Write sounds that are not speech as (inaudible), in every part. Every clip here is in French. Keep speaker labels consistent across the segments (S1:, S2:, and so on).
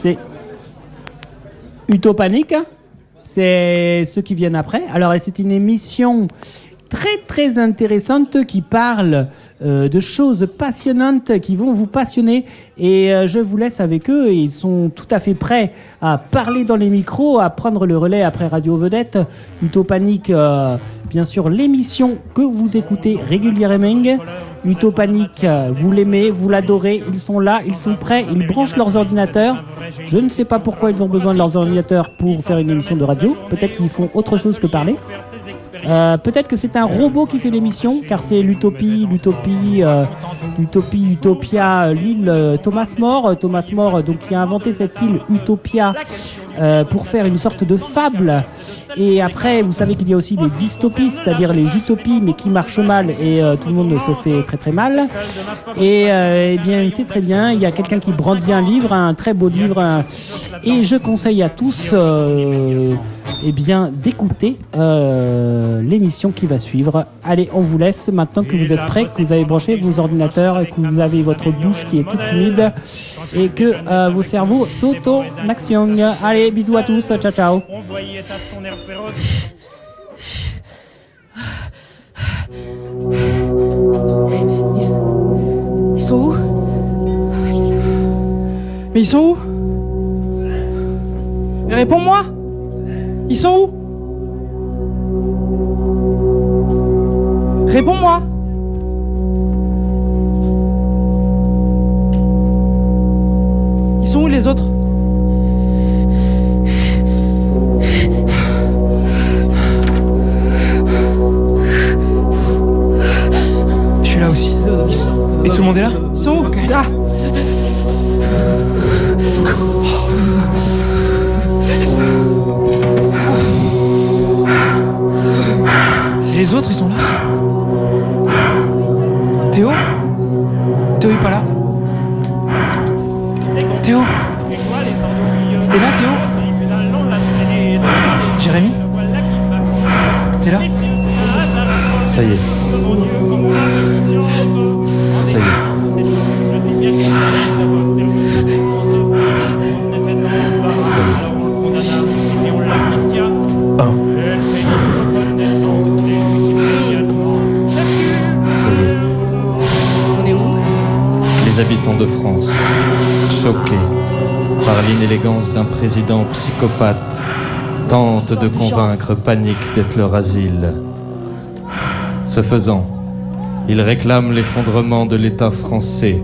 S1: c'est Utopanique. C'est ceux qui viennent après. Alors, et c'est une émission très très intéressante qui parle euh, de choses passionnantes qui vont vous passionner. Et euh, je vous laisse avec eux. Ils sont tout à fait prêts à parler dans les micros, à prendre le relais après Radio Vedette. Utopanique, euh, bien sûr, l'émission que vous écoutez régulièrement. Utopanique, euh, vous l'aimez, vous l'adorez. Ils sont là, ils sont prêts, ils branchent leurs ordinateurs. Je ne sais pas pourquoi ils ont besoin de leurs ordinateurs pour faire une émission de radio. Peut-être qu'ils font autre chose que parler. Euh, peut-être que c'est un robot qui fait l'émission, car c'est l'utopie, l'utopie, euh, l'utopie, utopia, euh, l'île euh, Thomas More, Euh, Thomas More, euh, donc qui a inventé cette île Utopia euh, pour faire une sorte de fable. Et après, vous savez qu'il y a aussi les dystopies, c'est-à-dire les utopies, mais qui marchent mal et euh, tout le monde se fait très très mal. Et euh, eh bien, il sait très bien, il y a quelqu'un qui brandit un livre, un très beau livre, un- et je conseille à tous. euh, eh bien, d'écouter euh, l'émission qui va suivre. Allez, on vous laisse maintenant que vous êtes prêts, que vous avez branché vos ordinateurs et que vous avez votre bouche qui est toute humide et que euh, vos cerveaux sautent en action. Allez, bisous à tous, ciao ciao.
S2: On voyait à son air féroce.
S3: Ils, ils- ils sont où Mais ils sont où Mais réponds-moi Ils sont où Réponds-moi Ils sont où les autres
S4: Je suis là aussi. Et tout le monde est là
S3: Ils sont où Là
S4: Et les autres, ils sont là Théo Théo est pas là Théo
S2: Et quoi, les embrouilleux
S4: T'es là, Théo
S2: Au euh, tribunal, on l'a traîné.
S4: Jérémy
S2: Le voilà qui m'a fait.
S4: T'es là
S2: Mais si c'est un hasard,
S5: Ça y est,
S2: oh mon Dieu, comme on a de science. On
S5: Ça y
S2: est
S5: est.
S2: là, c'est tout. Je sais bien qu'il y a d'avoir servi. On se- on ne fait pas en bas.
S5: Ça y est.
S2: Alors, on le condamne et on l'amnistia. Elle fait une reconnaissance et immédiatement.
S5: ça y est. Les habitants de France, choqués par l'inélégance d'un président psychopathe, tentent de convaincre Panique d'être leur asile. Ce faisant, ils réclament l'effondrement de l'État français,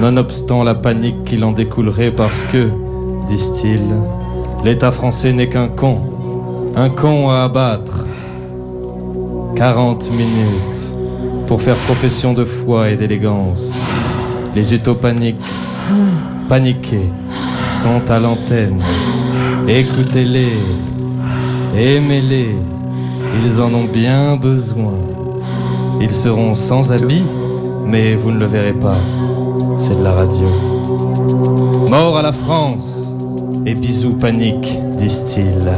S5: nonobstant la panique qu'il en découlerait parce que, disent-ils, l'État français n'est qu'un con, un con à abattre. 40 minutes pour faire profession de foi et d'élégance. Les utopaniques, paniqués, sont à l'antenne. Écoutez-les, aimez-les, ils en ont bien besoin. Ils seront sans habit, mais vous ne le verrez pas. C'est de la radio. Mort à la France et bisous panique, disent-ils.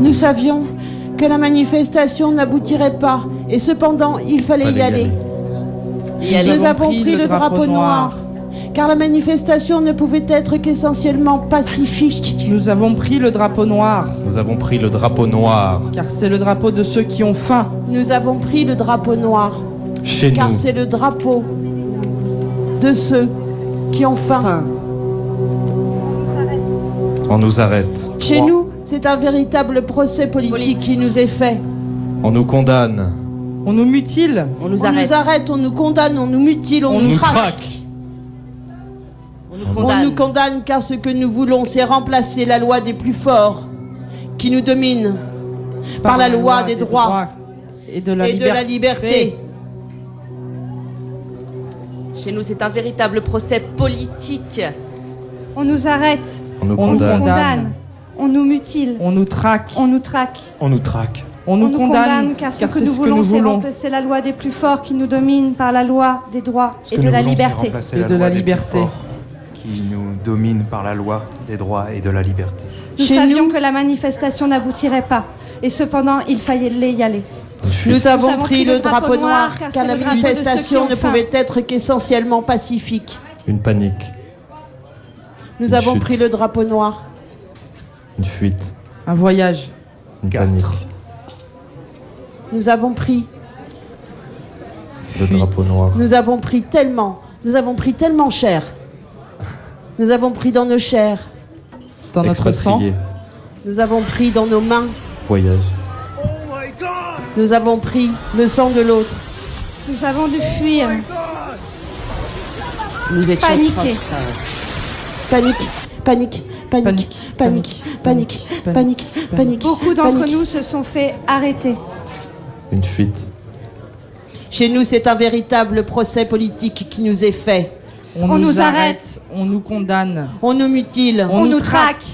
S6: Nous savions que la manifestation n'aboutirait pas et cependant il fallait
S5: Fallait
S6: y
S5: y
S6: aller.
S5: aller.
S6: Nous avons pris le drapeau noir car la manifestation ne pouvait être qu'essentiellement pacifique.
S3: Nous avons pris le drapeau noir,
S5: Nous avons pris le drapeau noir
S3: car c'est le drapeau de ceux qui ont faim.
S6: Nous avons pris le drapeau noir
S5: chez
S6: car
S5: nous.
S6: c'est le drapeau de ceux qui ont faim.
S5: On nous arrête.
S6: Chez nous, c'est un véritable procès politique qui nous est fait.
S5: On nous condamne.
S3: On nous mutile.
S7: On nous
S6: On
S7: arrête.
S6: nous arrête, on nous condamne, on nous mutile, on,
S5: On
S6: nous
S5: nous
S6: traque.
S5: traque.
S7: On nous
S6: On
S7: condamne.
S6: nous condamne car ce que nous voulons, c'est remplacer la loi des plus forts qui nous domine par la loi des droits
S3: et de la,
S6: et de la liberté.
S7: Chez nous, c'est un véritable procès politique.
S8: On nous arrête,
S5: On nous
S3: On nous
S8: on
S5: condamne.
S3: Condamne.
S8: condamne, on nous mutile,
S3: On nous traque,
S8: on nous traque.
S4: On nous traque.
S3: on
S8: On
S3: nous condamne,
S8: car ce que nous voulons, c'est remplacer la loi des plus forts qui nous domine par la loi des droits
S4: Ce
S8: et
S4: que
S8: de
S4: nous
S8: la
S4: voulons, c'est
S8: liberté.
S4: remplacer
S3: et de
S4: loi
S3: la
S4: des plus
S3: liberté.
S4: forts.
S9: qui nous domine par la loi des droits et de la liberté.
S8: Nous
S6: Chez
S8: savions
S6: nous-
S8: que la manifestation n'aboutirait pas. Et cependant, il fallait y aller.
S6: Nous avons pris le drapeau noir car la manifestation ne pouvait être qu'essentiellement pacifique.
S10: Une panique,
S6: Nous
S10: Une
S6: avons
S10: chute.
S6: pris le drapeau noir.
S10: une fuite,
S3: Un voyage.
S10: une
S9: Quatre.
S10: panique,
S6: Nous avons pris,
S10: le drapeau noir.
S6: nous avons pris tellement, nous avons pris tellement cher. Nous avons pris dans nos chairs,
S3: Dans notre sang.
S10: Expatrié,
S6: nous avons pris dans nos mains,
S10: voyage,
S6: nous avons pris le sang de l'autre.
S8: Nous avons dû fuir.
S7: Nous étions
S8: Paniqués.
S7: 35.
S6: Panique, panique, panique,
S3: Panique,
S6: panique, panique,
S3: panique,
S6: panique, panique.
S8: Beaucoup d'entre
S6: panique.
S8: nous se sont fait arrêter.
S10: une fuite,
S6: Chez nous, c'est un véritable procès politique qui nous est fait.
S3: On nous arrête. On nous condamne.
S6: On nous mutile,
S8: On,
S3: On nous
S8: nous traque.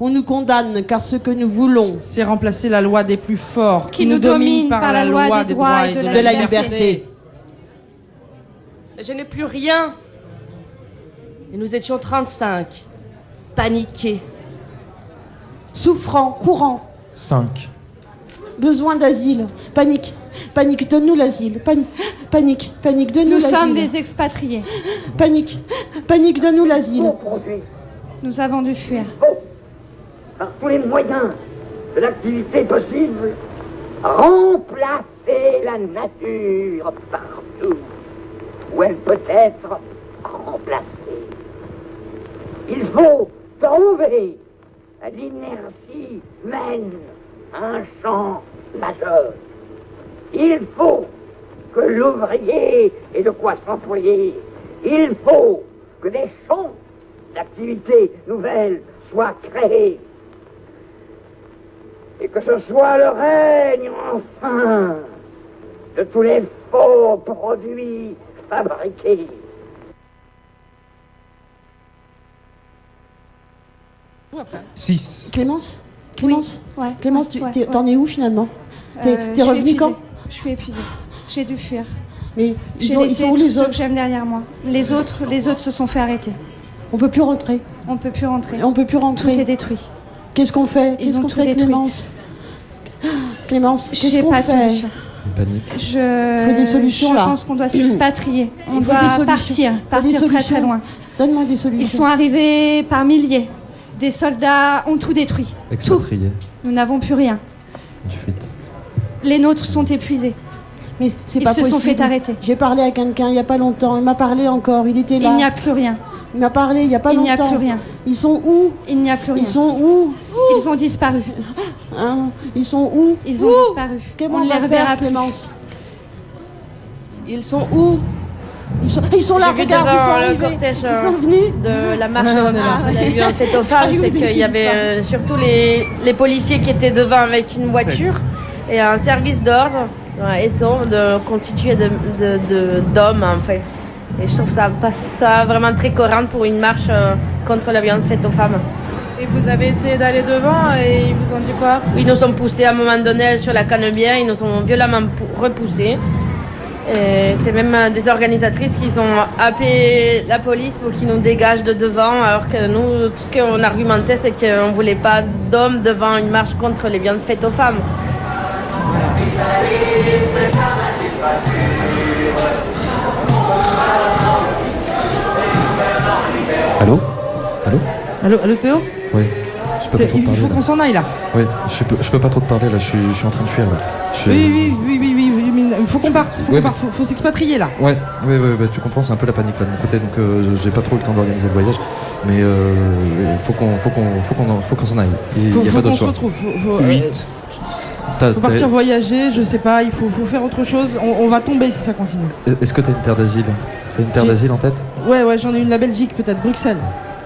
S6: on nous condamne car ce que nous voulons,
S3: C'est remplacer la loi des plus forts
S8: Qui nous domine par la loi des droits et de la
S6: de la liberté.
S7: Je n'ai plus rien. Et nous étions 35. Paniqués.
S6: souffrant, courant,
S5: 5.
S6: besoin d'asile, panique, panique, donne-nous l'asile, Pani- panique, panique, donne-nous
S8: Nous
S6: l'asile,
S8: sommes des expatriés.
S6: panique, panique, donne-nous l'asile,
S8: Nous avons dû fuir.
S11: par tous les moyens de l'activité possible, remplacer la nature partout où elle peut être remplacée. Il
S8: Euh,
S11: faut trouver à l'inertie humaine un champ majeur. Il faut que l'ouvrier ait de quoi s'employer. Il faut que des champs d'activité nouvelles soient créés et que ce soit le règne enfin de tous les faux produits fabriqués.
S5: Six.
S6: Clémence, Clémence,
S8: Ouais.
S6: Clémence, tu-
S8: ouais,
S6: t'es-
S8: ouais.
S6: t'en es où finalement
S8: Euh,
S6: T'es
S8: je
S6: t'es
S8: suis
S6: revenu
S8: épuisée.
S6: quand
S8: Je suis épuisée. J'ai dû fuir.
S6: Mais ils,
S8: J'ai
S6: sont- ils
S8: laissé
S6: sont où
S8: tous
S6: les
S8: ceux que
S6: autres
S8: j'aime derrière moi. Les autres, les autres se sont fait arrêter.
S6: On peut plus rentrer,
S8: On peut plus rentrer.
S6: on peut plus
S8: Tout est
S6: rentrer.
S8: détruit.
S6: Qu'est-ce qu'on fait
S8: Ils
S6: Qu'est-ce
S8: ont
S6: qu'on
S8: tout
S6: fait,
S8: détruit.
S6: Clémence Clémence, qu'est-ce
S8: J'ai
S6: qu'on
S8: pas de
S6: fait
S8: solution.
S10: une panique,
S8: Je,
S6: Faut des solutions,
S8: Euh, je
S6: là.
S8: pense qu'on
S6: (clears throat)
S8: doit s'expatrier. On
S6: Il faut
S8: doit
S6: des solutions.
S8: partir,
S6: Faut des
S8: partir très
S6: solutions.
S8: très loin.
S6: Donne-moi des solutions.
S8: Ils sont arrivés par milliers. Des soldats ont tout détruit. Tout.
S10: expatrié,
S8: Nous n'avons plus rien.
S10: une fuite,
S8: Les nôtres sont épuisés.
S6: Mais c'est
S8: Ils
S6: pas
S8: se
S6: possible.
S8: sont fait arrêter.
S6: J'ai parlé à quelqu'un il y a pas longtemps. Il m'a parlé encore. Il était là.
S8: Il n'y a plus rien.
S6: Il m'a parlé il y a pas
S8: Il n'y
S6: longtemps.
S8: a plus rien.
S6: Ils sont où
S8: Il n'y a plus rien.
S6: Ils sont où
S8: Ils ont disparu.
S6: Hein Ils sont où
S8: Ils ont disparu.
S6: Comment
S8: On
S6: on
S8: ne les
S6: va
S8: reverra
S6: faire,
S8: plus.
S6: Clémence
S12: Ils sont où
S6: ils sont, ils sont là,
S12: J'ai vu
S6: regarde, ils
S12: devant
S6: sont
S12: le
S6: arrivés.
S12: cortège,
S6: Ils
S12: euh,
S6: sont venus.
S7: Ah,
S12: de la marche
S3: on est là.
S12: qu'on a eu en tête aux
S6: Ah
S12: femmes,
S6: oui,
S12: c'est
S6: vous étiez
S12: qu'il y avait
S6: une
S12: euh, surtout les, les policiers qui étaient devant avec une voiture et un service d'ordre ouais, et sont de, constitué de- de- de- d'hommes en fait. Et je trouve ça pas ça vraiment très cohérent pour une marche euh, contre la violence faite aux femmes.
S7: Et vous avez essayé d'aller devant et ils vous ont dit quoi
S12: Ils nous ont poussés à un moment donné sur la canebière, ils nous ont violemment pou- repoussés. Et C'est même euh, des organisatrices qui ont appelé la police pour qu'ils nous dégagent de devant, alors que nous, tout ce qu'on argumentait, c'est qu'on ne voulait pas d'hommes devant une marche contre les violences faites aux femmes.
S10: Allô Allô
S3: Allô, allô Théo
S5: Oui. Je peux pas trop te
S3: Il
S5: parler
S3: faut
S5: là.
S3: qu'on s'en aille là.
S5: Oui, je peux, je peux pas trop te parler là, je suis, je suis en train de fuir là. Je suis-
S3: Oui, oui, oui, oui, oui, oui, mais il faut qu'on parte, faut,
S5: Ouais,
S3: qu'on parte, faut, faut s'expatrier là.
S5: Ouais, ouais, ouais, bah, tu comprends, c'est un peu la panique là de mon côté, donc euh, j'ai pas trop le temps d'organiser le voyage, mais euh, faut qu'on faut qu'on faut qu'on en- faut qu'on s'en aille. Il
S3: Faut,
S5: y a
S3: faut qu'on
S5: pas d'autre
S3: se
S5: choix.
S3: retrouve. Faut, faut, euh,
S5: 8. T'as-
S3: faut
S5: t'as-
S3: partir voyager, je sais pas, il faut, faut faire autre chose. On, on va tomber si ça continue.
S5: Est-ce que t'as une terre d'asile T'as une terre
S3: J'ai-
S5: d'asile en tête
S3: Ouais, ouais, j'en ai une la Belgique peut-être, Bruxelles.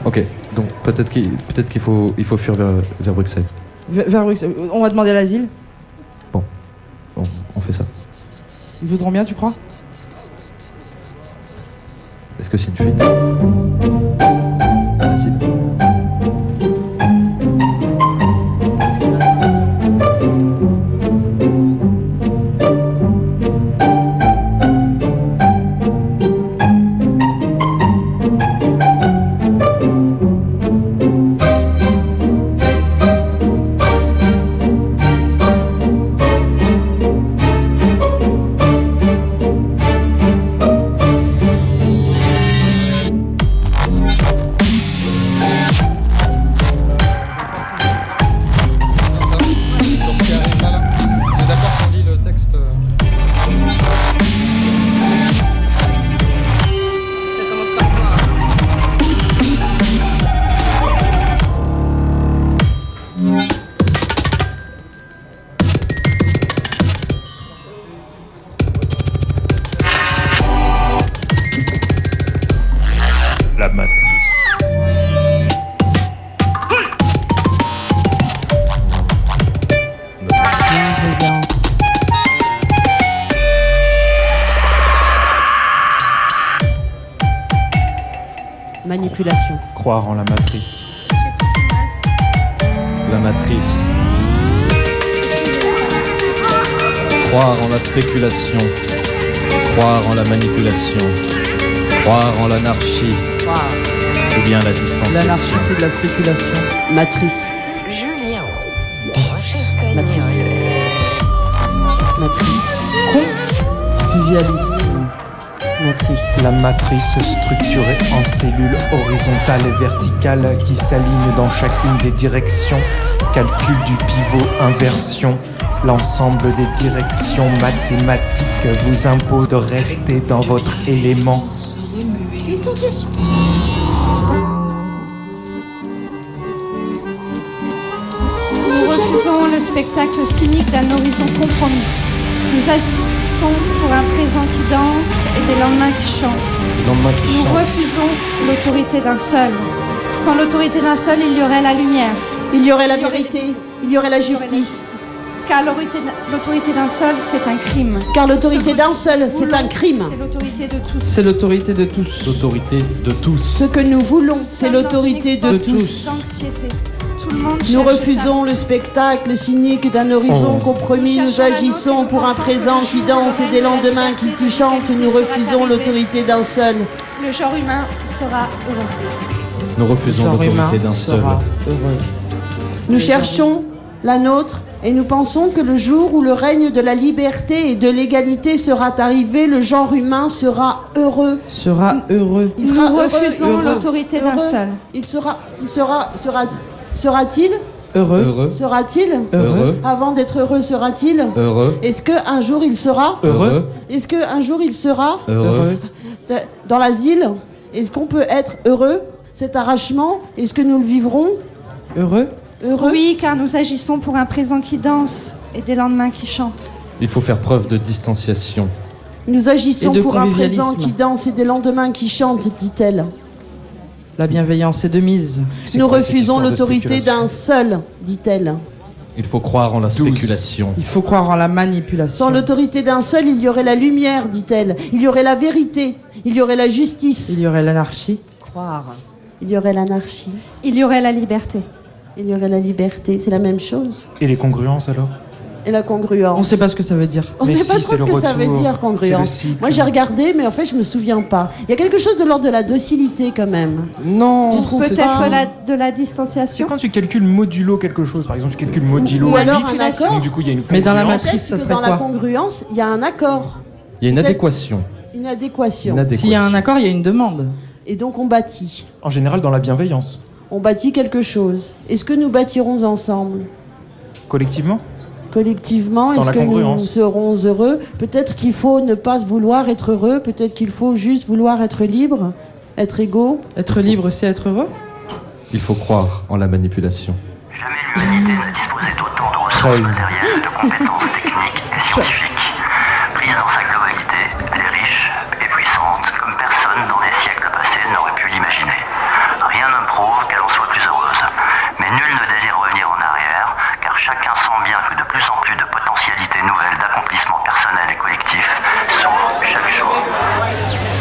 S5: Ok, donc peut-être qu'il peut-être qu'il faut il faut fuir vers, vers Bruxelles.
S3: V- Vers Bruxelles. On va demander l'asile.
S5: Bon, on fait ça.
S3: Ils voudront bien, tu crois
S5: Est-ce que c'est une fuite Asile.
S9: la matrice.
S6: Manipulation.
S9: Croire en la matrice.
S5: La matrice. Croire en la spéculation. Croire en la manipulation. Croire en l'anarchie. Ou bien la distanciation.
S3: L'anarchie, c'est de la spéculation.
S6: Matrice.
S13: Julien.
S6: Matrice. Matrice.
S3: Convivialisme.
S6: Matrice.
S9: La matrice structurée en cellules horizontales et verticales qui s'alignent dans chacune des directions. Calcul du pivot, inversion. L'ensemble des directions mathématiques vous impose de rester dans votre élément.
S6: Distanciation.
S8: Nous refusons le spectacle cynique d'un horizon compromis. Nous agissons pour un présent qui danse et des lendemains qui chantent.
S5: Le lendemain qui
S8: Nous
S5: chante.
S8: refusons l'autorité d'un seul. Sans l'autorité d'un seul, il y aurait la lumière.
S6: Il y aurait la vérité. Il y aurait la justice.
S8: Car l'autorité l'autorité d'un seul, c'est un crime.
S6: Car l'autorité d'un seul, c'est un crime.
S8: C'est l'autorité de tous.
S3: C'est l'autorité de tous.
S5: L'autorité de tous.
S6: Ce que nous voulons, c'est
S8: Nous sommes dans
S6: l'autorité
S8: une
S6: de
S8: époque
S6: tous.
S8: d'anxiété. Tout le monde
S6: Nous
S8: cherche
S6: refusons le spectacle cynique d'un horizon
S8: Onze.
S6: compromis.
S8: Nous
S6: Nous
S8: cherchons un
S6: agissons pour un présent qui danse et des lendemains qui, qui chantent. Nous refusons l'autorité d'un seul.
S8: ça. Le genre humain sera heureux.
S5: Nous refusons
S6: Genre
S5: l'autorité
S6: humain
S5: d'un seul.
S6: sera Nous cherchons la nôtre et nous pensons que le jour où le règne de la liberté et de l'égalité sera arrivé, le genre humain sera heureux.
S3: Sera heureux.
S6: Il sera
S8: Nous
S6: heureux,
S8: refusons
S6: heureux,
S8: l'autorité d'un
S6: heureux.
S8: seul.
S6: Il sera, il sera, sera, sera-t-il
S3: Heureux.
S5: Heureux.
S6: Sera-t-il
S5: Heureux.
S6: Avant d'être heureux, sera-t-il
S5: Heureux.
S6: Est-ce que un jour il sera
S5: Heureux.
S6: Est-ce que un jour il sera
S5: Heureux.
S6: Dans l'asile, est-ce qu'on peut être heureux Cet arrachement, est-ce que nous le vivrons
S3: Heureux.
S6: Heureux.
S8: Oui, car nous agissons pour un présent qui danse et des lendemains qui chantent.
S5: Il faut faire preuve de distanciation.
S6: Nous agissons
S3: Et de
S6: pour un
S3: convivialisme.
S6: présent qui danse et des lendemains qui chantent, dit-elle.
S3: La bienveillance est de mise.
S6: Nous refusons l'autorité d'un seul, dit-elle.
S5: Il faut croire en la spéculation.
S3: Il faut croire en la manipulation.
S6: Sans l'autorité d'un seul, il y aurait la lumière, dit-elle. Il y aurait la vérité. Il y aurait la justice.
S3: Il y aurait l'anarchie.
S6: Croire. Il y aurait l'anarchie.
S8: Il y aurait la liberté.
S6: Il y aurait la liberté. C'est la même chose.
S9: Et les congruences alors
S6: Et la
S3: On
S6: congruence.
S3: sait pas ce que ça veut dire.
S6: On ne
S9: Mais
S6: sait
S9: si,
S6: pas trop
S9: c'est
S6: ce
S9: le
S6: que ça veut
S9: retour,
S6: dire,
S9: c'est le
S6: congruence.
S9: cycle.
S6: Moi, j'ai regardé, mais en fait, je me souviens pas. Il y a quelque chose de l'ordre de la docilité, quand même.
S3: Non.
S6: Tu trouves pas
S8: Peut-être la- de la distanciation.
S9: C'est quand tu calcules modulo quelque chose, par exemple, tu calcules modulo
S6: Ou alors
S9: 8,
S6: un accord.
S9: donc du coup il y a une
S3: Mais dans la
S9: congruence.
S3: matrice, ça
S6: Peut-être que
S3: serait
S6: dans la
S3: quoi
S6: congruence, il y a un accord,
S5: Il y a une
S6: Peut-être-
S5: adéquation.
S6: une adéquation.
S5: Une adé-
S3: S'il y a un accord, il y a une demande.
S6: Et donc, on bâtit.
S9: En général, dans la bienveillance.
S6: On bâtit quelque chose. Est-ce que nous bâtirons ensemble
S9: Collectivement
S6: collectivement
S9: Dans
S6: Est-ce
S9: la
S6: que nous
S9: congruence.
S6: serons heureux Peut-être qu'il faut ne pas vouloir être heureux. Peut-être qu'il faut juste vouloir être libre, être égaux.
S3: Être libre, c'est être heureux.
S5: Il faut croire en la manipulation.
S9: 13.
S13: Prise dans sa globalité, elle est riche et puissante comme personne dans les siècles passés n'aurait pu l'imaginer. Rien ne prouve qu'elle en soit plus heureuse, mais nul ne désire revenir en arrière, car chacun sent bien que de plus en plus de potentialités nouvelles d'accomplissement personnel et collectif s'ouvrent chaque jour.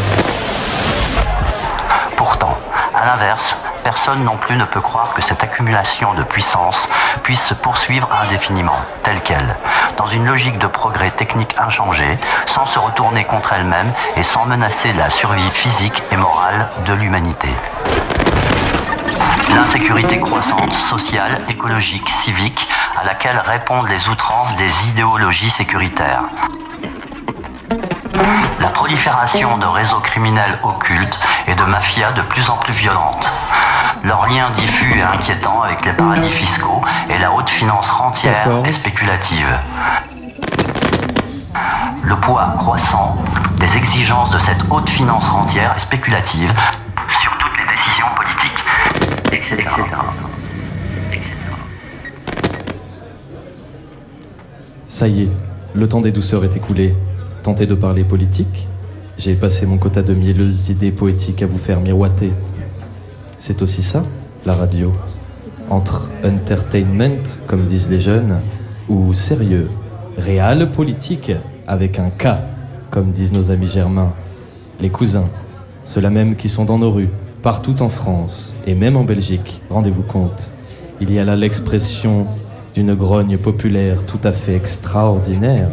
S13: Pourtant, à l'inverse, personne non plus ne peut croire que cette accumulation de puissance puisse se poursuivre indéfiniment, telle qu'elle, dans une logique de progrès technique inchangée, sans se retourner contre elle-même et sans menacer la survie physique et morale de l'humanité. L'insécurité croissante, sociale, écologique, civique, à laquelle répondent les outrances des idéologies sécuritaires. La prolifération de réseaux criminels occultes et de mafias de plus en plus violentes. Leurs liens diffus et inquiétants avec les paradis fiscaux et la haute finance rentière et spéculative. Le poids croissant des exigences de cette haute finance rentière et spéculative sur toutes les décisions politiques, etc.
S5: Ça y est, le temps des douceurs est écoulé. Tentez de parler politique. J'ai passé mon quota de mieleuses idées poétiques à vous faire miroiter. C'est aussi ça, la radio. Entre entertainment, comme disent les jeunes, ou sérieux, réel politique, avec un K, comme disent nos amis germains, les cousins, ceux-là même qui sont dans nos rues, partout en France, et même en Belgique, rendez-vous compte. Il y a là l'expression d'une grogne populaire tout à fait extraordinaire.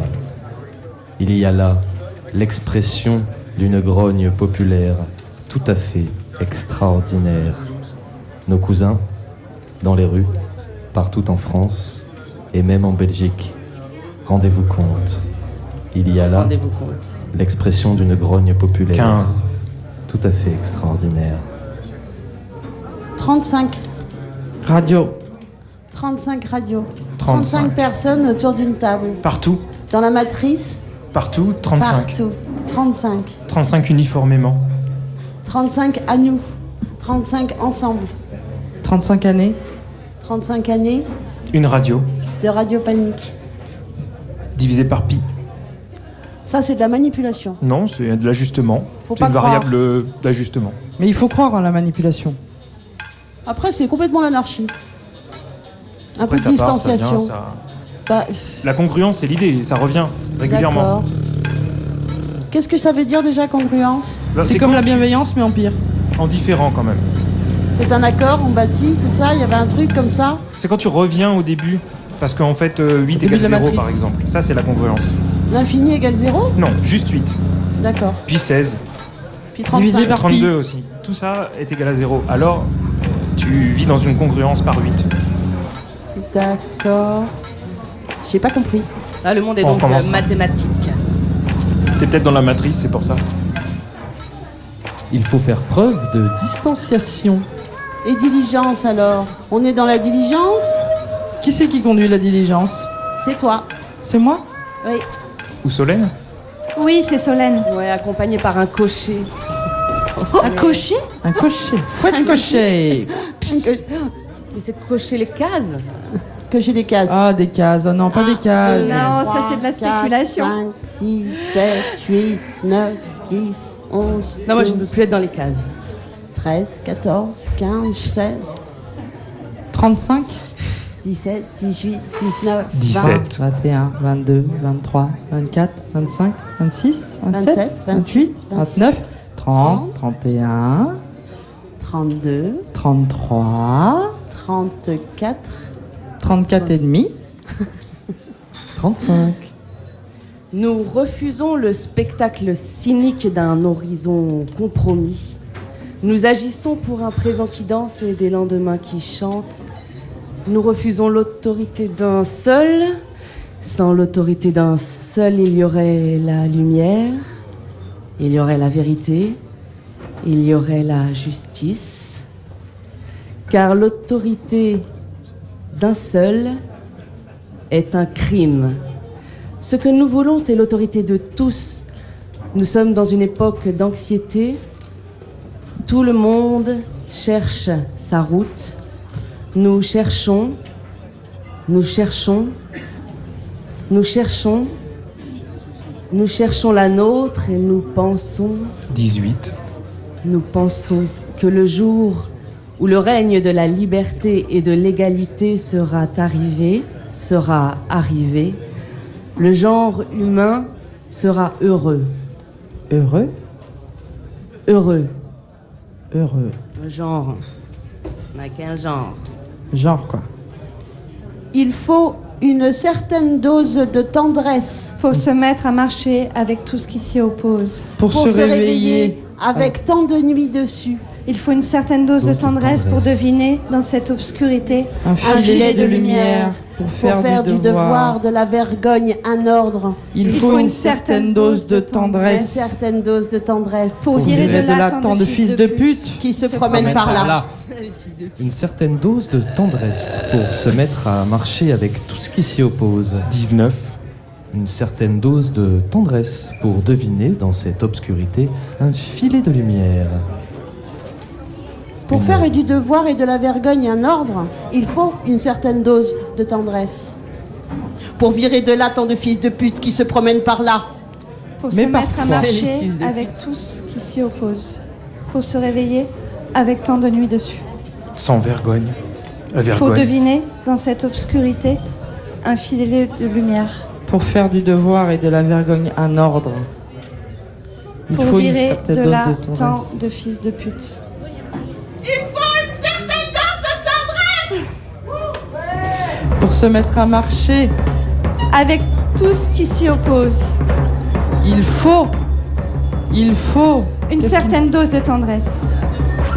S5: Il y a là l'expression d'une grogne populaire tout à fait extraordinaire. Nos cousins, dans les rues, partout en France et même en Belgique, rendez-vous compte, il y a là
S7: Rendez-vous compte.
S5: l'expression d'une grogne populaire
S9: 15.
S5: tout à fait extraordinaire.
S6: 35.
S9: Radio.
S6: 35 radios.
S9: 35.
S6: 35 personnes autour d'une table.
S9: Partout,
S6: Dans la matrice,
S9: partout, 35.
S6: partout. 35.
S9: 35 uniformément.
S6: 35 à nous. 35 ensemble.
S3: 35 années.
S6: 35 années
S9: Une radio,
S6: de Radio Panique.
S9: divisée par pi.
S6: Ça, c'est de la manipulation.
S9: Non, c'est de l'ajustement.
S6: Faut
S9: C'est
S6: pas
S9: une
S6: croire.
S9: variable euh, d'ajustement.
S3: Mais il faut croire en la manipulation.
S6: Après, c'est complètement l'anarchie. Un
S9: Après,
S6: peu de
S9: ça part, ça vient,
S6: distanciation.
S9: ça-
S6: Bah,
S9: La congruence, c'est l'idée, ça revient régulièrement.
S6: D'accord. Qu'est-ce que ça veut dire déjà congruence
S9: Là,
S3: C'est comme
S9: quand
S3: la
S9: Bah, tu-
S3: bienveillance, mais en pire.
S9: En différent quand même.
S6: C'est un accord, on bâtit, c'est ça Il y avait un truc comme ça
S9: C'est quand tu reviens au début, parce qu'en fait euh, 8
S6: début
S9: égale
S6: de la
S9: 0
S6: matrice.
S9: par exemple. Ça, c'est la congruence.
S6: L'infini égale zéro
S9: Non, juste 8.
S6: D'accord.
S9: Puis 16.
S6: Puis 35.
S9: Puis 32 aussi. Tout ça est égal à 0. Alors, tu vis dans une congruence par 8.
S6: D'accord. J'ai pas compris.
S7: Là, le monde est
S9: On
S7: donc
S9: recommence.
S6: (laughs)
S7: euh, mathématique.
S9: T'es peut-être dans la matrice, c'est pour ça.
S5: Il faut faire preuve de distanciation.
S6: Et diligence alors On est dans la diligence
S3: Qui c'est qui conduit la diligence
S6: C'est toi.
S3: C'est moi
S6: Oui.
S9: Ou Solène
S8: Oui, c'est Solène. Oh,
S7: Ouais, accompagné par un cocher.
S6: un cocher
S3: Un cocher. Faut être cocher.
S7: Mais c'est de cocher les cases.
S6: Que j'ai des cases.
S3: Ah, des cases. Oh non, pas
S8: Ah,
S3: des cases.
S8: ça, c'est de la spéculation.
S6: 5, 6, 7, 8, 9, 10, 11.
S7: Non, moi, je ne
S6: 12,
S7: peux plus être dans les cases.
S6: 13, 14, 15, 16,
S3: 35
S6: 17, 18, 19, 20,
S9: 17.
S3: 21, 22, 23, 24, 25, 26, 27,
S6: 27,
S3: 28, 29, 30, 31,
S6: 32,
S3: 33,
S6: 34,
S3: 34 et
S8: (laughs)
S3: demi.
S5: 35.
S7: Nous refusons le spectacle cynique d'un horizon compromis. Nous agissons pour un présent qui danse et des lendemains qui chantent. Nous refusons l'autorité d'un seul. Sans l'autorité d'un seul, il y aurait la lumière, il y aurait la vérité, il y aurait la justice. Car l'autorité d'un seul est un crime. Ce que nous voulons, c'est l'autorité de tous. Nous sommes dans une époque d'anxiété. Tout le monde cherche sa route. Nous cherchons, nous cherchons, nous cherchons, nous cherchons la nôtre et nous pensons
S9: 18.
S7: nous pensons que le jour où le règne de la liberté et de l'égalité sera arrivé, sera arrivé, le genre humain sera heureux,
S3: Heureux,
S7: heureux,
S3: heureux.
S7: Le genre. On a quel genre
S3: Genre quoi.
S6: Il faut une certaine dose de tendresse
S8: Faut se mettre à marcher avec tout ce qui s'y oppose.
S3: Pour, se, réveiller.
S6: avec tant de nuits dessus.
S8: Il faut une certaine dose de tendresse pour deviner dans cette obscurité
S3: Un filet de lumière
S6: pour faire, du, devoir, de la vergogne, un ordre.
S3: Il, faut, une certaine dose de
S6: Une
S3: tendresse.
S6: certaine dose de tendresse
S8: pour virer de là tant de fils de
S3: pute.
S6: qui se promène par là.
S5: Une certaine dose de tendresse pour se mettre à marcher avec tout ce qui s'y oppose.
S9: 19.
S5: Une certaine dose de tendresse pour deviner dans cette obscurité un filet de lumière.
S6: Pour faire du devoir et de la vergogne un ordre, il faut une certaine dose de tendresse. Pour virer de là tant de fils de pute qui se promènent par là.
S8: Faut
S3: Mais
S8: se mettre
S3: parfois.
S8: à
S3: C'est les
S8: marcher
S3: fils de
S8: avec tout ce qui s'y oppose. Faut se réveiller avec tant de nuit dessus.
S9: Sans vergogne. La
S8: Pour
S9: vergogne.
S8: deviner, dans cette obscurité, un filet de lumière.
S3: Pour faire du devoir et de la vergogne un ordre.
S8: Pour virer de
S3: dose
S8: là
S3: tendresse.
S8: tant de fils de pute.
S11: Il faut une certaine dose de tendresse
S3: Pour se mettre à marcher.
S8: Avec tout ce qui s'y oppose.
S3: Il faut. Il faut.
S8: Une certaine dose de tendresse.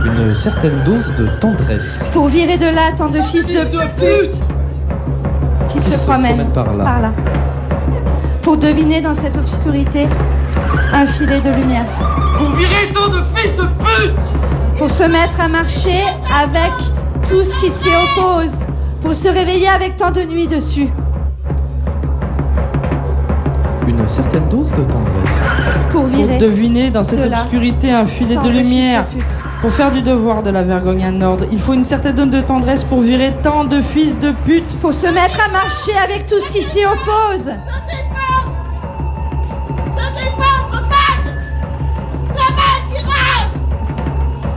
S5: Une certaine dose de tendresse.
S8: Pour virer de là tant de fils de pute qui, se, promènent
S5: promènent par là.
S8: Pour deviner dans cette obscurité un filet de lumière.
S11: Vous virez tant de fils de pute
S8: Pour se mettre à marcher avec tout ce qui s'y oppose. Pour se réveiller avec tant de nuit dessus.
S5: Une certaine dose de tendresse.
S8: Pour virer.
S3: deviner dans cette
S8: de là
S3: obscurité un filet
S8: tant
S3: de
S8: de fils de
S3: lumière.
S8: pute.
S3: Pour faire du devoir de la vergogne un ordre. Il faut une certaine dose de tendresse pour virer tant de fils de pute.
S8: Pour se mettre à marcher avec tout ce qui s'y oppose.
S11: Sautez fort, propane La main qui rage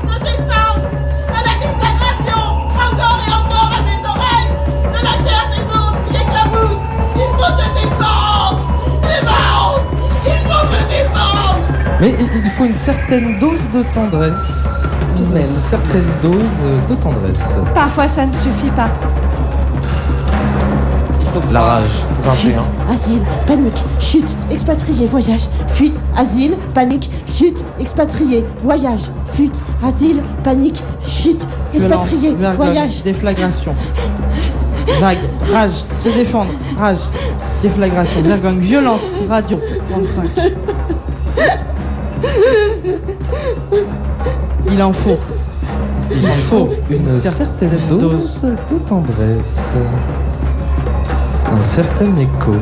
S11: Sautez fort À la déflagration Encore et encore à mes oreilles De la chair des autres qui éclabousse Il faut se défendre Défense Il faut se défendre
S5: Mais il il faut une certaine dose de tendresse.
S8: Tout de même.
S5: Une certaine dose de tendresse.
S8: Parfois ça ne suffit pas.
S5: La rage. 21.
S6: Asile, panique, chute, expatrié, voyage, fuite, asile, panique, chute, expatrié, voyage, fuite, asile, panique, chute,
S3: Violence,
S6: expatrié,
S3: vergogne,
S6: voyage.
S3: Déflagration. Vague, rage, se défendre, rage, déflagration, vergogne, violence, radio, 35. Il en faut.
S5: Il faut une certaine
S3: dose
S5: dose de tendresse. Un certain écho.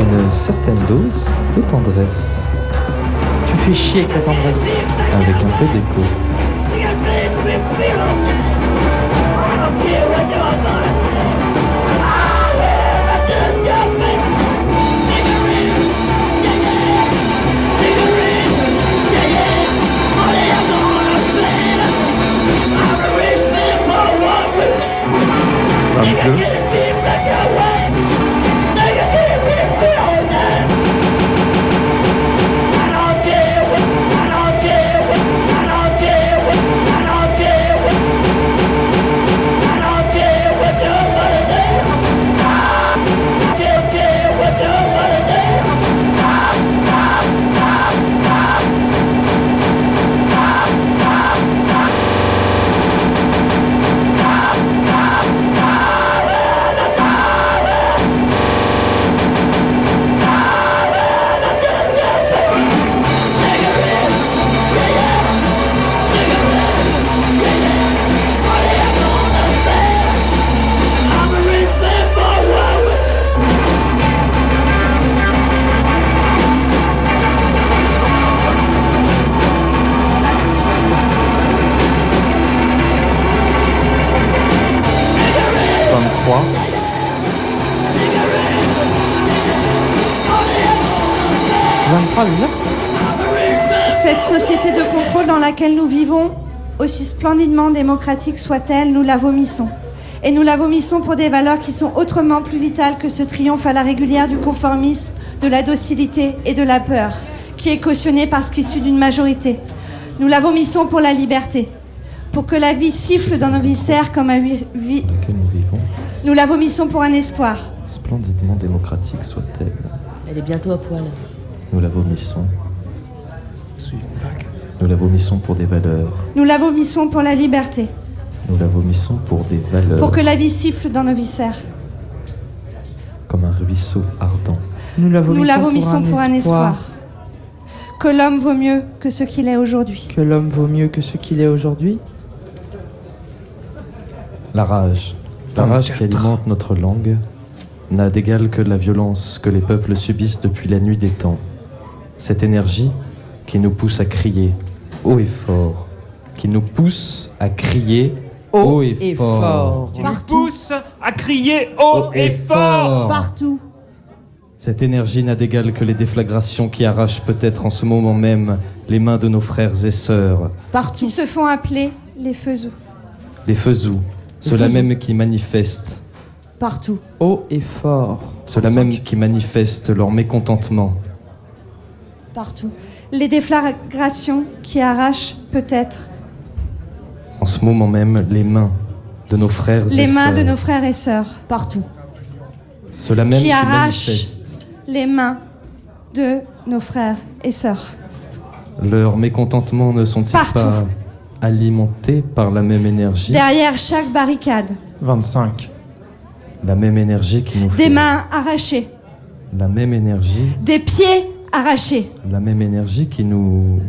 S5: Une certaine dose de tendresse.
S3: Tu fais chier avec ta tendresse.
S5: Avec un peu d'écho.
S8: Cette société de contrôle dans laquelle nous vivons, aussi splendidement démocratique soit-elle, nous la vomissons. Et nous la vomissons pour des valeurs qui sont autrement plus vitales que ce triomphe à la régulière du conformisme, de la docilité et de la peur, qui est cautionné parce qu'issu d'une majorité. Nous la vomissons pour la liberté, pour que la vie siffle dans nos viscères comme un hui- vi-
S5: Que nous vivons,
S8: Nous la vomissons pour un espoir.
S5: splendidement démocratique soit-elle,
S7: Elle est bientôt à poil.
S5: nous la vomissons. Nous la vomissons pour des valeurs.
S8: Nous la vomissons pour la liberté,
S5: Nous la vomissons pour des valeurs.
S8: pour que la vie siffle dans nos viscères.
S5: Comme un ruisseau ardent.
S3: Nous la
S8: Nous la vomissons pour un espoir. Que l'homme vaut mieux que ce qu'il est aujourd'hui.
S3: Que l'homme vaut mieux que ce qu'il est aujourd'hui.
S5: La rage. La rage qui alimente notre langue n'a d'égal que la violence que les peuples subissent depuis la nuit des temps. Cette énergie qui nous pousse à crier haut et fort. Qui nous pousse à crier haut, et, fort.
S2: Qui nous pousse à crier haut
S5: et
S2: et fort
S5: fort.
S6: Partout.
S5: Cette énergie n'a d'égal que les déflagrations qui arrachent peut-être en ce moment même les mains de nos frères et sœurs,
S8: Partout. Qui se font appeler les feusous.
S5: les feusous, ceux-là même qui manifestent,
S6: Partout.
S3: Haut et fort.
S5: ceux-là même qui manifestent leur mécontentement,
S8: Partout. Les déflagrations qui arrachent peut-être
S5: en ce moment même les mains de nos frères et
S8: les mains de
S5: sœurs,
S8: nos frères et sœurs. Partout.
S5: ceux-là même
S8: qui
S5: qui,
S8: arrachent.
S5: manifestent
S8: Les mains de nos frères et sœurs.
S5: leur mécontentement ne sont-ils
S8: Partout.
S5: pas alimentés par la même énergie,
S8: Derrière chaque barricade,
S5: 25, la même énergie qui nous
S8: des
S5: fait-
S8: mains arrachées,
S5: la même énergie
S8: des pieds arrachés.
S5: La même énergie qui nous.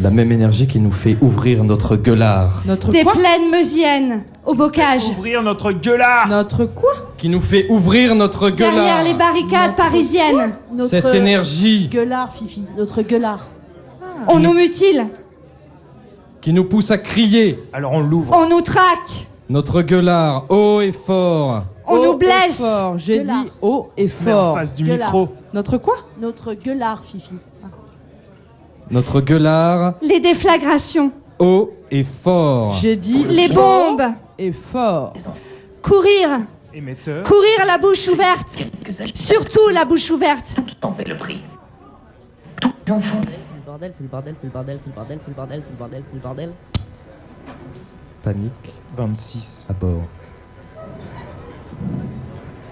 S5: La même énergie qui nous fait ouvrir notre gueulard.
S8: des plaines meusiennes au bocage.
S9: Ouvrir notre gueulard
S3: Notre quoi
S5: Qui nous fait ouvrir notre
S8: Derrière
S5: gueulard.
S8: les barricades parisiennes.
S5: Cette énergie
S6: Gueulard, Fifi, notre gueulard.
S8: On nous mutile,
S5: qui nous pousse à crier. Alors on l'ouvre.
S8: on nous traque,
S5: Notre gueulard, haut et fort.
S8: on nous blesse.
S3: J'ai dit haut et
S5: se met en
S3: fort.
S5: face du Gueulard. micro.
S3: Notre quoi
S6: Notre gueulard, Fifi.
S5: Notre gueulard,
S8: Les déflagrations,
S5: haut et fort.
S3: J'ai dit
S8: les bombes,
S3: et fort.
S8: courir,
S9: Émetteur.
S8: courir la bouche ouverte. Surtout la bouche ouverte.
S14: le prix. C'est le bordel, c'est le bordel, c'est le bordel, c'est le bordel, c'est le bordel, c'est le bordel, c'est le bordel.
S5: Panique.
S9: 26.
S5: À bord.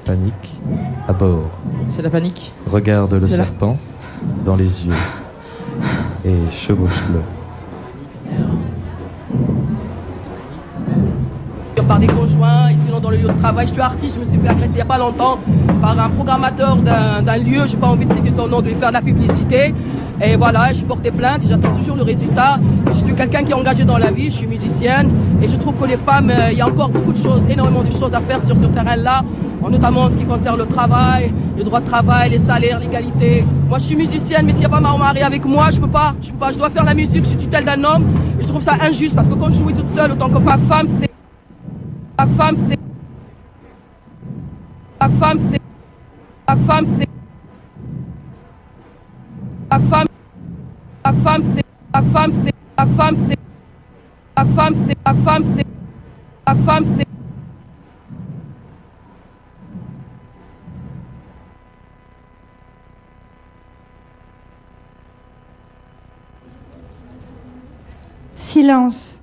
S5: Panique. À bord.
S3: C'est la panique.
S5: Regarde le
S3: C'est là.
S5: serpent dans les yeux et chevauche-le.
S14: Par des conjoints, et sinon dans le lieu de travail, je suis artiste, je me suis fait agresser il n'y a pas longtemps par un programmateur d'un d'un lieu, j'ai pas envie de citer son nom, de lui faire de la publicité. Et voilà, je portais plainte, et j'attends toujours le résultat. Je suis quelqu'un qui est engagé dans la vie, je suis musicienne, et je trouve que les femmes, euh, il y a encore beaucoup de choses, énormément de choses à faire sur ce terrain-là, en notamment en ce qui concerne le travail, le droit de travail, les salaires, l'égalité. Moi, je suis musicienne, mais s'il n'y a pas ma mari avec moi, je peux pas, je peux pas, je dois faire la musique, je suis tutelle d'un homme, et je trouve ça injuste parce que quand je jouais toute seule, autant que femme, c'est la femme, c'est. La femme, c'est. La femme, c'est. La femme. La femme, c'est. La femme, c'est. La femme, c'est. La femme, c'est. La femme, c'est. La femme, c'est.
S8: Silence.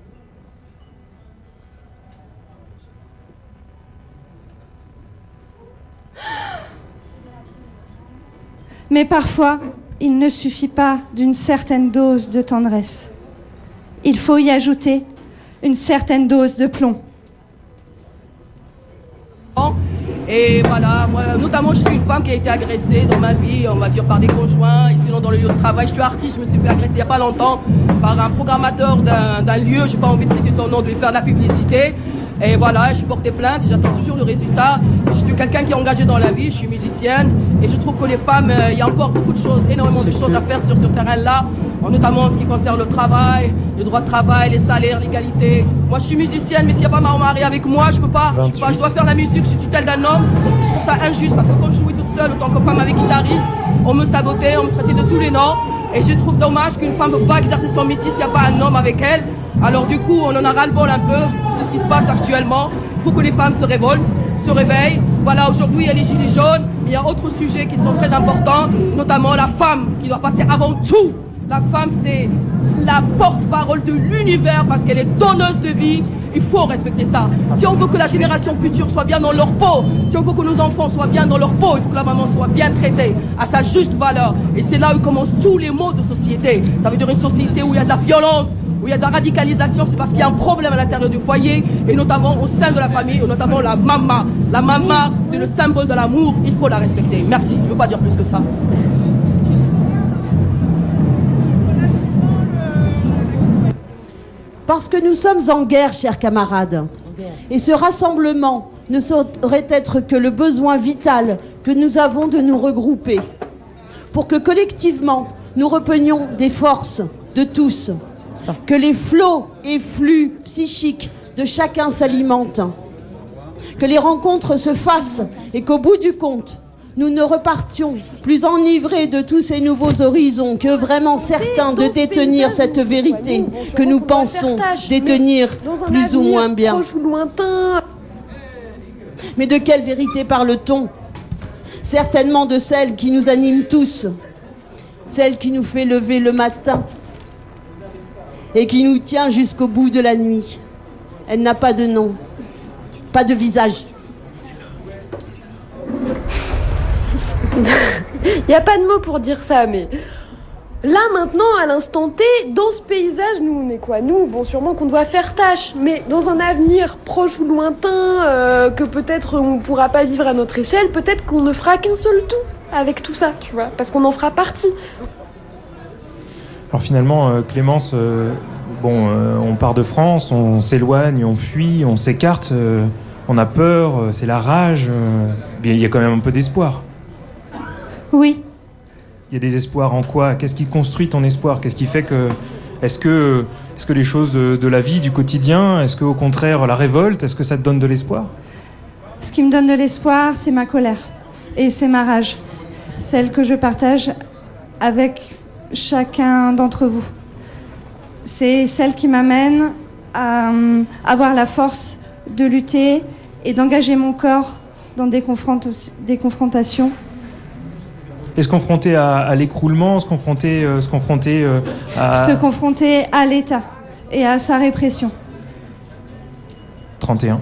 S8: Mais parfois, il ne suffit pas d'une certaine dose de tendresse. Il faut y ajouter une certaine dose de plomb.
S14: Et voilà, moi, notamment, je suis une femme qui a été agressée dans ma vie, on va dire par des conjoints, et sinon dans le lieu de travail. Je suis artiste, je me suis fait agresser il n'y a pas longtemps par un programmateur d'un d'un lieu, je n'ai pas envie de citer son nom, de lui faire de la publicité. Et voilà, je portais plainte, et j'attends toujours le résultat. Je suis quelqu'un qui est engagé dans la vie, je suis musicienne, et je trouve que les femmes, euh, il y a encore beaucoup de choses, énormément de choses à faire sur ce terrain-là, en notamment en ce qui concerne le travail, le droit de travail, les salaires, l'égalité. Moi, je suis musicienne, mais s'il n'y a pas ma mari avec moi, je peux pas. Je peux pas, je dois faire la musique, je suis tutelle d'un homme. Je trouve ça injuste parce que quand je jouais toute seule, en tant que femme avec guitariste, on me sabotait, on me traitait de tous les noms. Et je trouve dommage qu'une femme ne peut pas exercer son métier s'il n'y a pas un homme avec elle. Alors du coup, on en a ras-le-bol un peu. C'est ce qui se passe actuellement. Il faut que les femmes se révoltent, se réveillent. Voilà, aujourd'hui, il y a les gilets jaunes. mais Il y a autres sujets qui sont très importants, notamment la femme qui doit passer avant tout. La femme, c'est la porte-parole de l'univers parce qu'elle est donneuse de vie. Il faut respecter ça. Si on veut que la génération future soit bien dans leur peau, si on veut que nos enfants soient bien dans leur peau, il faut que la maman soit bien traitée à sa juste valeur. Et c'est là où commencent tous les maux de société. Ça veut dire une société où il y a de la violence, où il y a de la radicalisation, c'est parce qu'il y a un problème à l'intérieur du foyer, et notamment au sein de la famille, et notamment la maman. La maman, c'est le symbole de l'amour, il faut la respecter. Merci, je ne veux pas dire plus que ça.
S6: Parce que nous sommes en guerre, chers camarades. Et ce rassemblement ne saurait être que le besoin vital que nous avons de nous regrouper. Pour que collectivement, nous repenions des forces de tous. Que les flots et flux psychiques de chacun s'alimentent. Que les rencontres se fassent et qu'au bout du compte, nous ne repartions plus enivrés de tous ces nouveaux horizons que vraiment certains de détenir cette vérité que nous pensons détenir plus ou moins bien. Mais de quelle vérité parle-t-on Certainement de celle qui nous anime tous, celle qui nous fait lever le matin et qui nous tient jusqu'au bout de la nuit. Elle n'a pas de nom, pas de visage.
S15: (laughs) Il n'y a pas de mots pour dire ça, mais là maintenant, à l'instant T, dans ce paysage, nous on est quoi Nous, bon, sûrement qu'on doit faire tâche, mais dans un avenir proche ou lointain, euh, que peut-être on ne pourra pas vivre à notre échelle, peut-être qu'on ne fera qu'un seul tout avec tout ça, tu vois, parce qu'on en fera partie.
S9: Alors finalement, euh, Clémence, euh, bon, euh, on part de France, on s'éloigne, on fuit, on s'écarte, euh, on a peur, euh, c'est la rage. euh, mais il y a quand même un peu d'espoir.
S8: Oui.
S9: Il y a des espoirs en quoi Qu'est-ce qui construit ton espoir Qu'est-ce qui fait que est-ce que est-ce que les choses de, de la vie, du quotidien, est-ce que au contraire la révolte, est-ce que ça te donne de l'espoir
S8: Ce qui me donne de l'espoir, c'est ma colère et c'est ma rage, celle que je partage avec chacun d'entre vous. C'est celle qui m'amène à euh, avoir la force de lutter et d'engager mon corps dans des, confronta- des confrontations.
S9: Et se confronter à, à l'écroulement, se confronter, euh, se confronter euh, à
S8: se confronter à l'État et à sa répression.
S9: 31.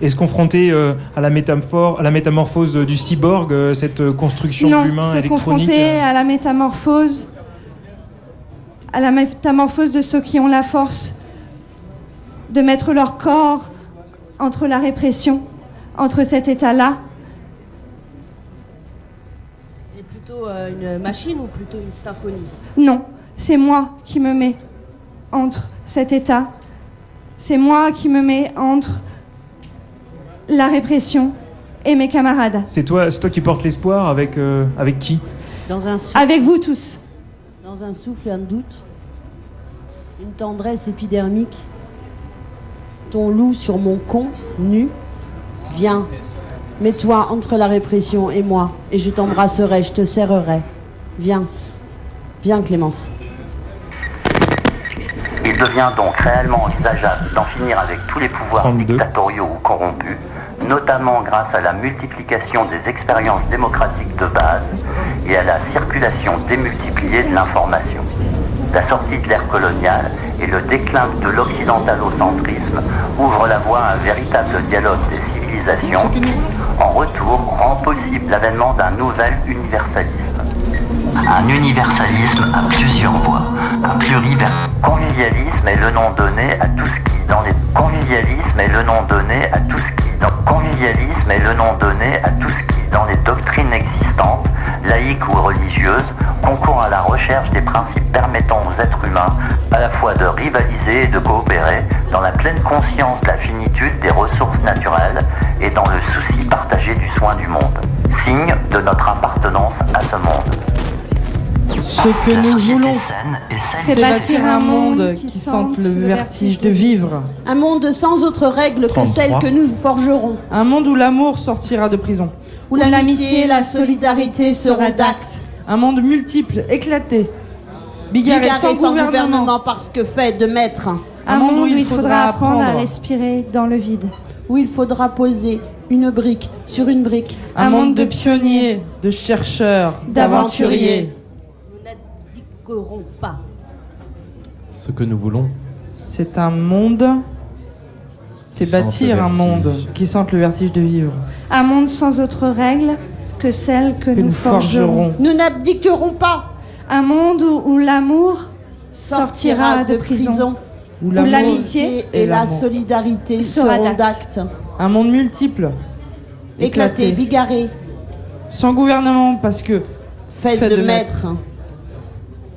S9: Et se confronter euh, à, la métamorphore, à la métamorphose euh, du cyborg, euh, cette euh, construction
S8: non,
S9: de l'humain
S8: se
S9: électronique. euh.
S8: confronter à la métamorphose, à la métamorphose de ceux qui ont la force de mettre leur corps entre la répression, entre cet État-là.
S7: Et plutôt euh, une machine ou plutôt une symphonie
S8: Non, c'est moi qui me mets entre cet État. C'est moi qui me mets entre la répression et mes camarades.
S9: C'est toi, c'est toi qui portes l'espoir avec, euh, avec qui
S6: Dans un souffle,
S8: Avec vous tous.
S6: dans un souffle, un doute, une tendresse épidermique. Ton loup sur mon con, nu, viens, mets-toi entre la répression et moi, et je t'embrasserai, je te serrerai. Viens, viens Clémence.
S13: Il devient donc réellement envisageable d'en finir avec tous les pouvoirs dictatoriaux ou corrompus, notamment grâce à la multiplication des expériences démocratiques de base et à la circulation démultipliée de l'information. La sortie de l'ère coloniale et le déclin de l'occidentalocentrisme ouvrent la voie à un véritable dialogue des civilisations qui, en retour, rend possible l'avènement d'un nouvel universalisme. Un universalisme à plusieurs voies, un pluriversalisme. Convivialisme est le nom donné à tout ce qui dans les convivialisme est le nom donné à tout ce qui dans convivialisme est le nom donné à tout ce qui dans les doctrines existantes, laïques ou religieuses, concourt à la recherche des principes permettant aux êtres humains à la fois de rivaliser et de coopérer dans la pleine conscience de la finitude des ressources naturelles et dans le souci partagé du soin du monde, signe de notre appartenance à ce monde.
S3: Ce que nous voulons,
S6: c'est bâtir un monde
S3: qui sente le vertige de vivre.
S6: Un monde sans autre règle que
S3: 33.
S6: celle que nous forgerons.
S3: Un monde où l'amour sortira de prison.
S6: Où l'amitié et la solidarité seront d'actes.
S3: Un monde multiple, éclaté.
S6: Bigarré,
S3: Bigarré
S6: sans,
S3: sans
S6: gouvernement.
S3: gouvernement
S6: parce que fait de maître.
S3: Un monde où il faudra apprendre à
S8: respirer dans le vide.
S6: Où il faudra poser une brique sur une brique.
S3: Un, monde, de pionniers, de chercheurs,
S6: d'aventuriers.
S7: Corrompt pas.
S5: Ce que nous voulons.
S3: C'est un monde. C'est
S5: Qui sente
S3: bâtir
S5: le
S3: un monde
S5: vertige.
S3: qui sente le vertige de vivre.
S8: Un monde sans autre règle que celle que, nous,
S3: nous
S8: forgerons.
S3: forgerons.
S6: Nous n'abdiquerons pas.
S8: Un monde où, où l'amour sortira de prison.
S3: Où
S6: Où
S3: l'amour
S6: l'amitié
S3: et
S6: et la
S3: l'amour.
S6: solidarité
S8: Sera
S6: seront
S8: d'actes.
S6: d'actes.
S3: Un monde multiple.
S6: Éclaté, bigarré.
S3: Sans gouvernement parce que.
S6: Faites de, maître.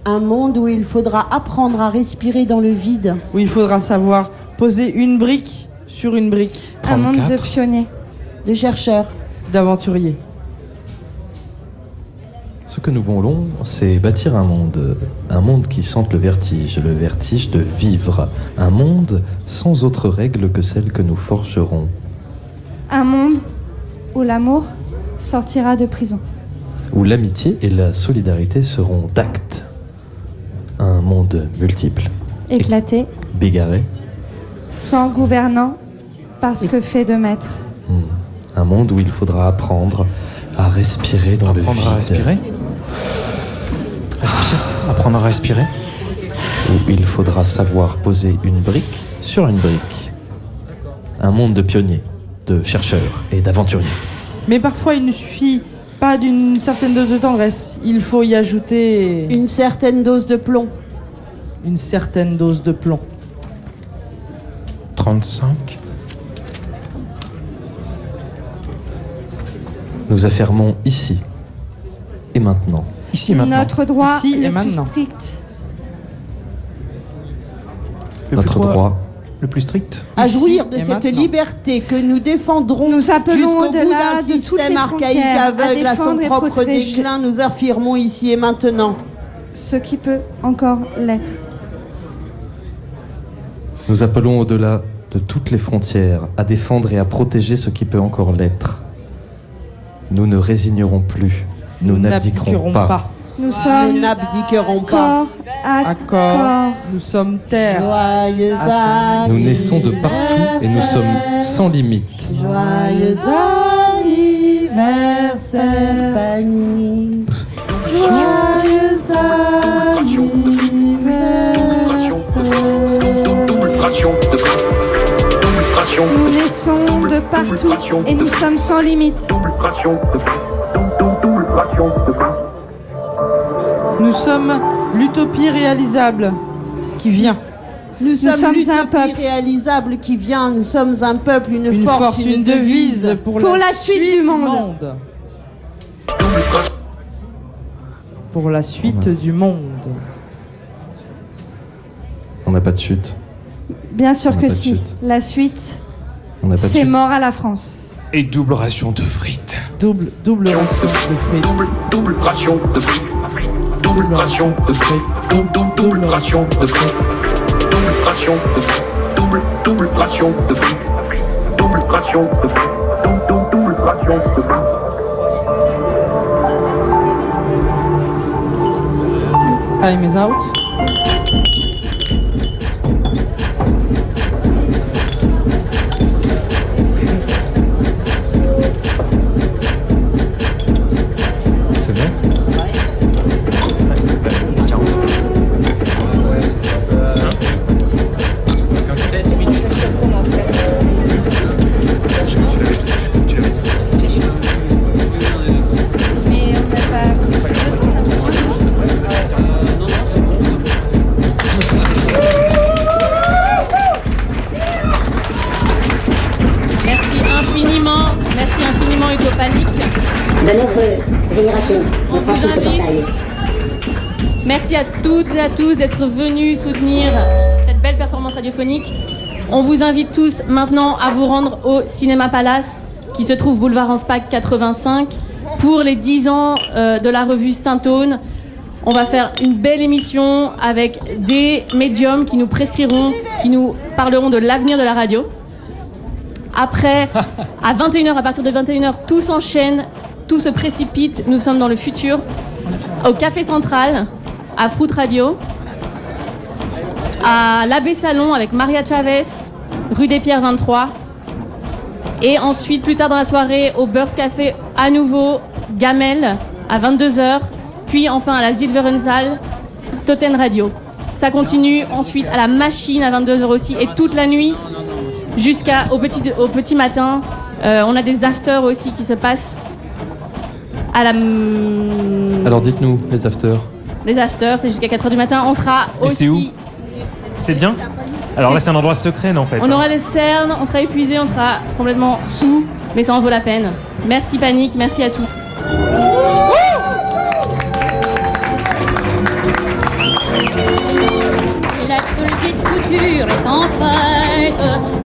S6: Un monde où il faudra apprendre à respirer dans le vide.
S3: Où il faudra savoir poser une brique sur une brique.
S8: Un monde de pionniers.
S6: De chercheurs.
S3: D'aventuriers.
S16: Ce que nous voulons, c'est bâtir un monde, un monde qui sente le vertige, le vertige de vivre, un monde sans autre règle que celle que nous forgerons.
S8: Un monde ou l'amour sortira de prison.
S5: où l'amitié et la solidarité seront d'actes. Un monde multiple,
S8: Éclaté,
S5: bigarré,
S8: sans gouvernant, parce que fait de maître.
S5: un monde où il faudra apprendre à respirer dans le vide.
S17: Apprendre à respirer Respire. Apprendre à respirer
S5: Où il faudra savoir poser une brique sur une brique. Un monde de pionniers, de chercheurs et d'aventuriers.
S3: Mais parfois, il ne suffit pas d'une certaine dose de tendresse. Il faut y ajouter.
S6: Une certaine dose de plomb.
S3: Une certaine dose de plomb.
S17: 35.
S5: Nous affermons ici et maintenant.
S17: Ici
S8: Notre droit
S3: Ici et
S8: le plus
S3: maintenant.
S8: strict.
S5: Notre droit.
S17: Le plus strict
S6: à jouir de cette liberté que nous défendrons nous
S8: appelons au-delà
S6: d'un
S8: de toutes
S6: système
S8: les
S6: archaïque
S8: frontières à
S6: aveugle à, son
S8: défendre et
S6: propre
S8: protéger.
S6: déclin. Nous affirmons ici et maintenant.
S8: Ce qui peut encore l'être.
S5: Nous appelons au-delà de toutes les frontières à défendre et à protéger ce qui peut encore l'être. Nous ne résignerons plus, nous n'abdiquerons pas.
S8: Nous sommes
S6: Nous n'abdiquerons pas.
S8: corps à corps.
S3: Nous sommes terre.
S6: Joyeux
S5: Nous naissons de partout et nous sommes sans limite.
S6: Joyeux anniversaire, Pani. Joyeux
S8: Nous naissons de partout et nous sommes sans limite.
S3: Nous sommes l'utopie réalisable qui vient.
S6: Nous,
S3: Nous sommes
S6: sommes,
S3: un
S6: un peuple réalisable qui vient. Nous sommes un peuple, une,
S3: Une
S6: force,
S3: force, une devise pour,
S6: la suite du monde.
S3: Pour la suite du monde.
S5: On n'a pas de chute.
S8: Bien sûr
S5: On a
S8: que
S5: pas de
S8: si.
S5: chute.
S8: La suite,
S5: On n'a pas de
S8: c'est
S5: chute.
S8: mort à la France.
S17: Et double ration de frites.
S3: Double, double ration de frites.
S17: Double, double ration de frites. Double ration de frites. Double, double, double ration de frites.
S18: Double ration de frites. Double, double ration de frites. Double ration de frites. Double, double, double ration de frites.
S3: Time is out.
S19: C'est bon
S20: Merci infiniment, merci infiniment Utopanique.
S11: De nombreuses générations ont franchi ce portail.
S20: Merci à toutes et à tous d'être venus soutenir cette belle performance radiophonique. On vous invite tous maintenant à vous rendre au Cinéma Palace qui se trouve boulevard Anspach 85 pour les 10 ans euh, de la revue Saint-Aune. On va faire une belle émission avec des médiums qui nous prescriront, qui nous parleront de l'avenir de la radio. Après, à 21h, à partir de 21h, tout s'enchaîne, tout se précipite. Nous sommes dans le futur, au Café Central, à Fruit Radio, à l'Abbé Salon avec Maria Chavez, rue des Pierres 23. Et ensuite, plus tard dans la soirée, au Burst Café, à nouveau, Gamel, à 22h. Puis enfin à la Silverensaal, Toten Radio. Ça continue ensuite à la Machine à 22h aussi. Et toute la nuit, jusqu'à au petit, au petit matin. Euh, on a des afters aussi qui se passent à la.
S5: Alors dites-nous, les afters.
S20: Les afters, c'est jusqu'à 4h du matin. On sera
S9: Et c'est où
S20: aussi.
S9: C'est bien Alors là, c'est un endroit secret, non, en fait. hein.
S20: On aura des cernes, on sera épuisé, on sera complètement sous, mais ça en vaut la peine. Merci Panique, merci à tous.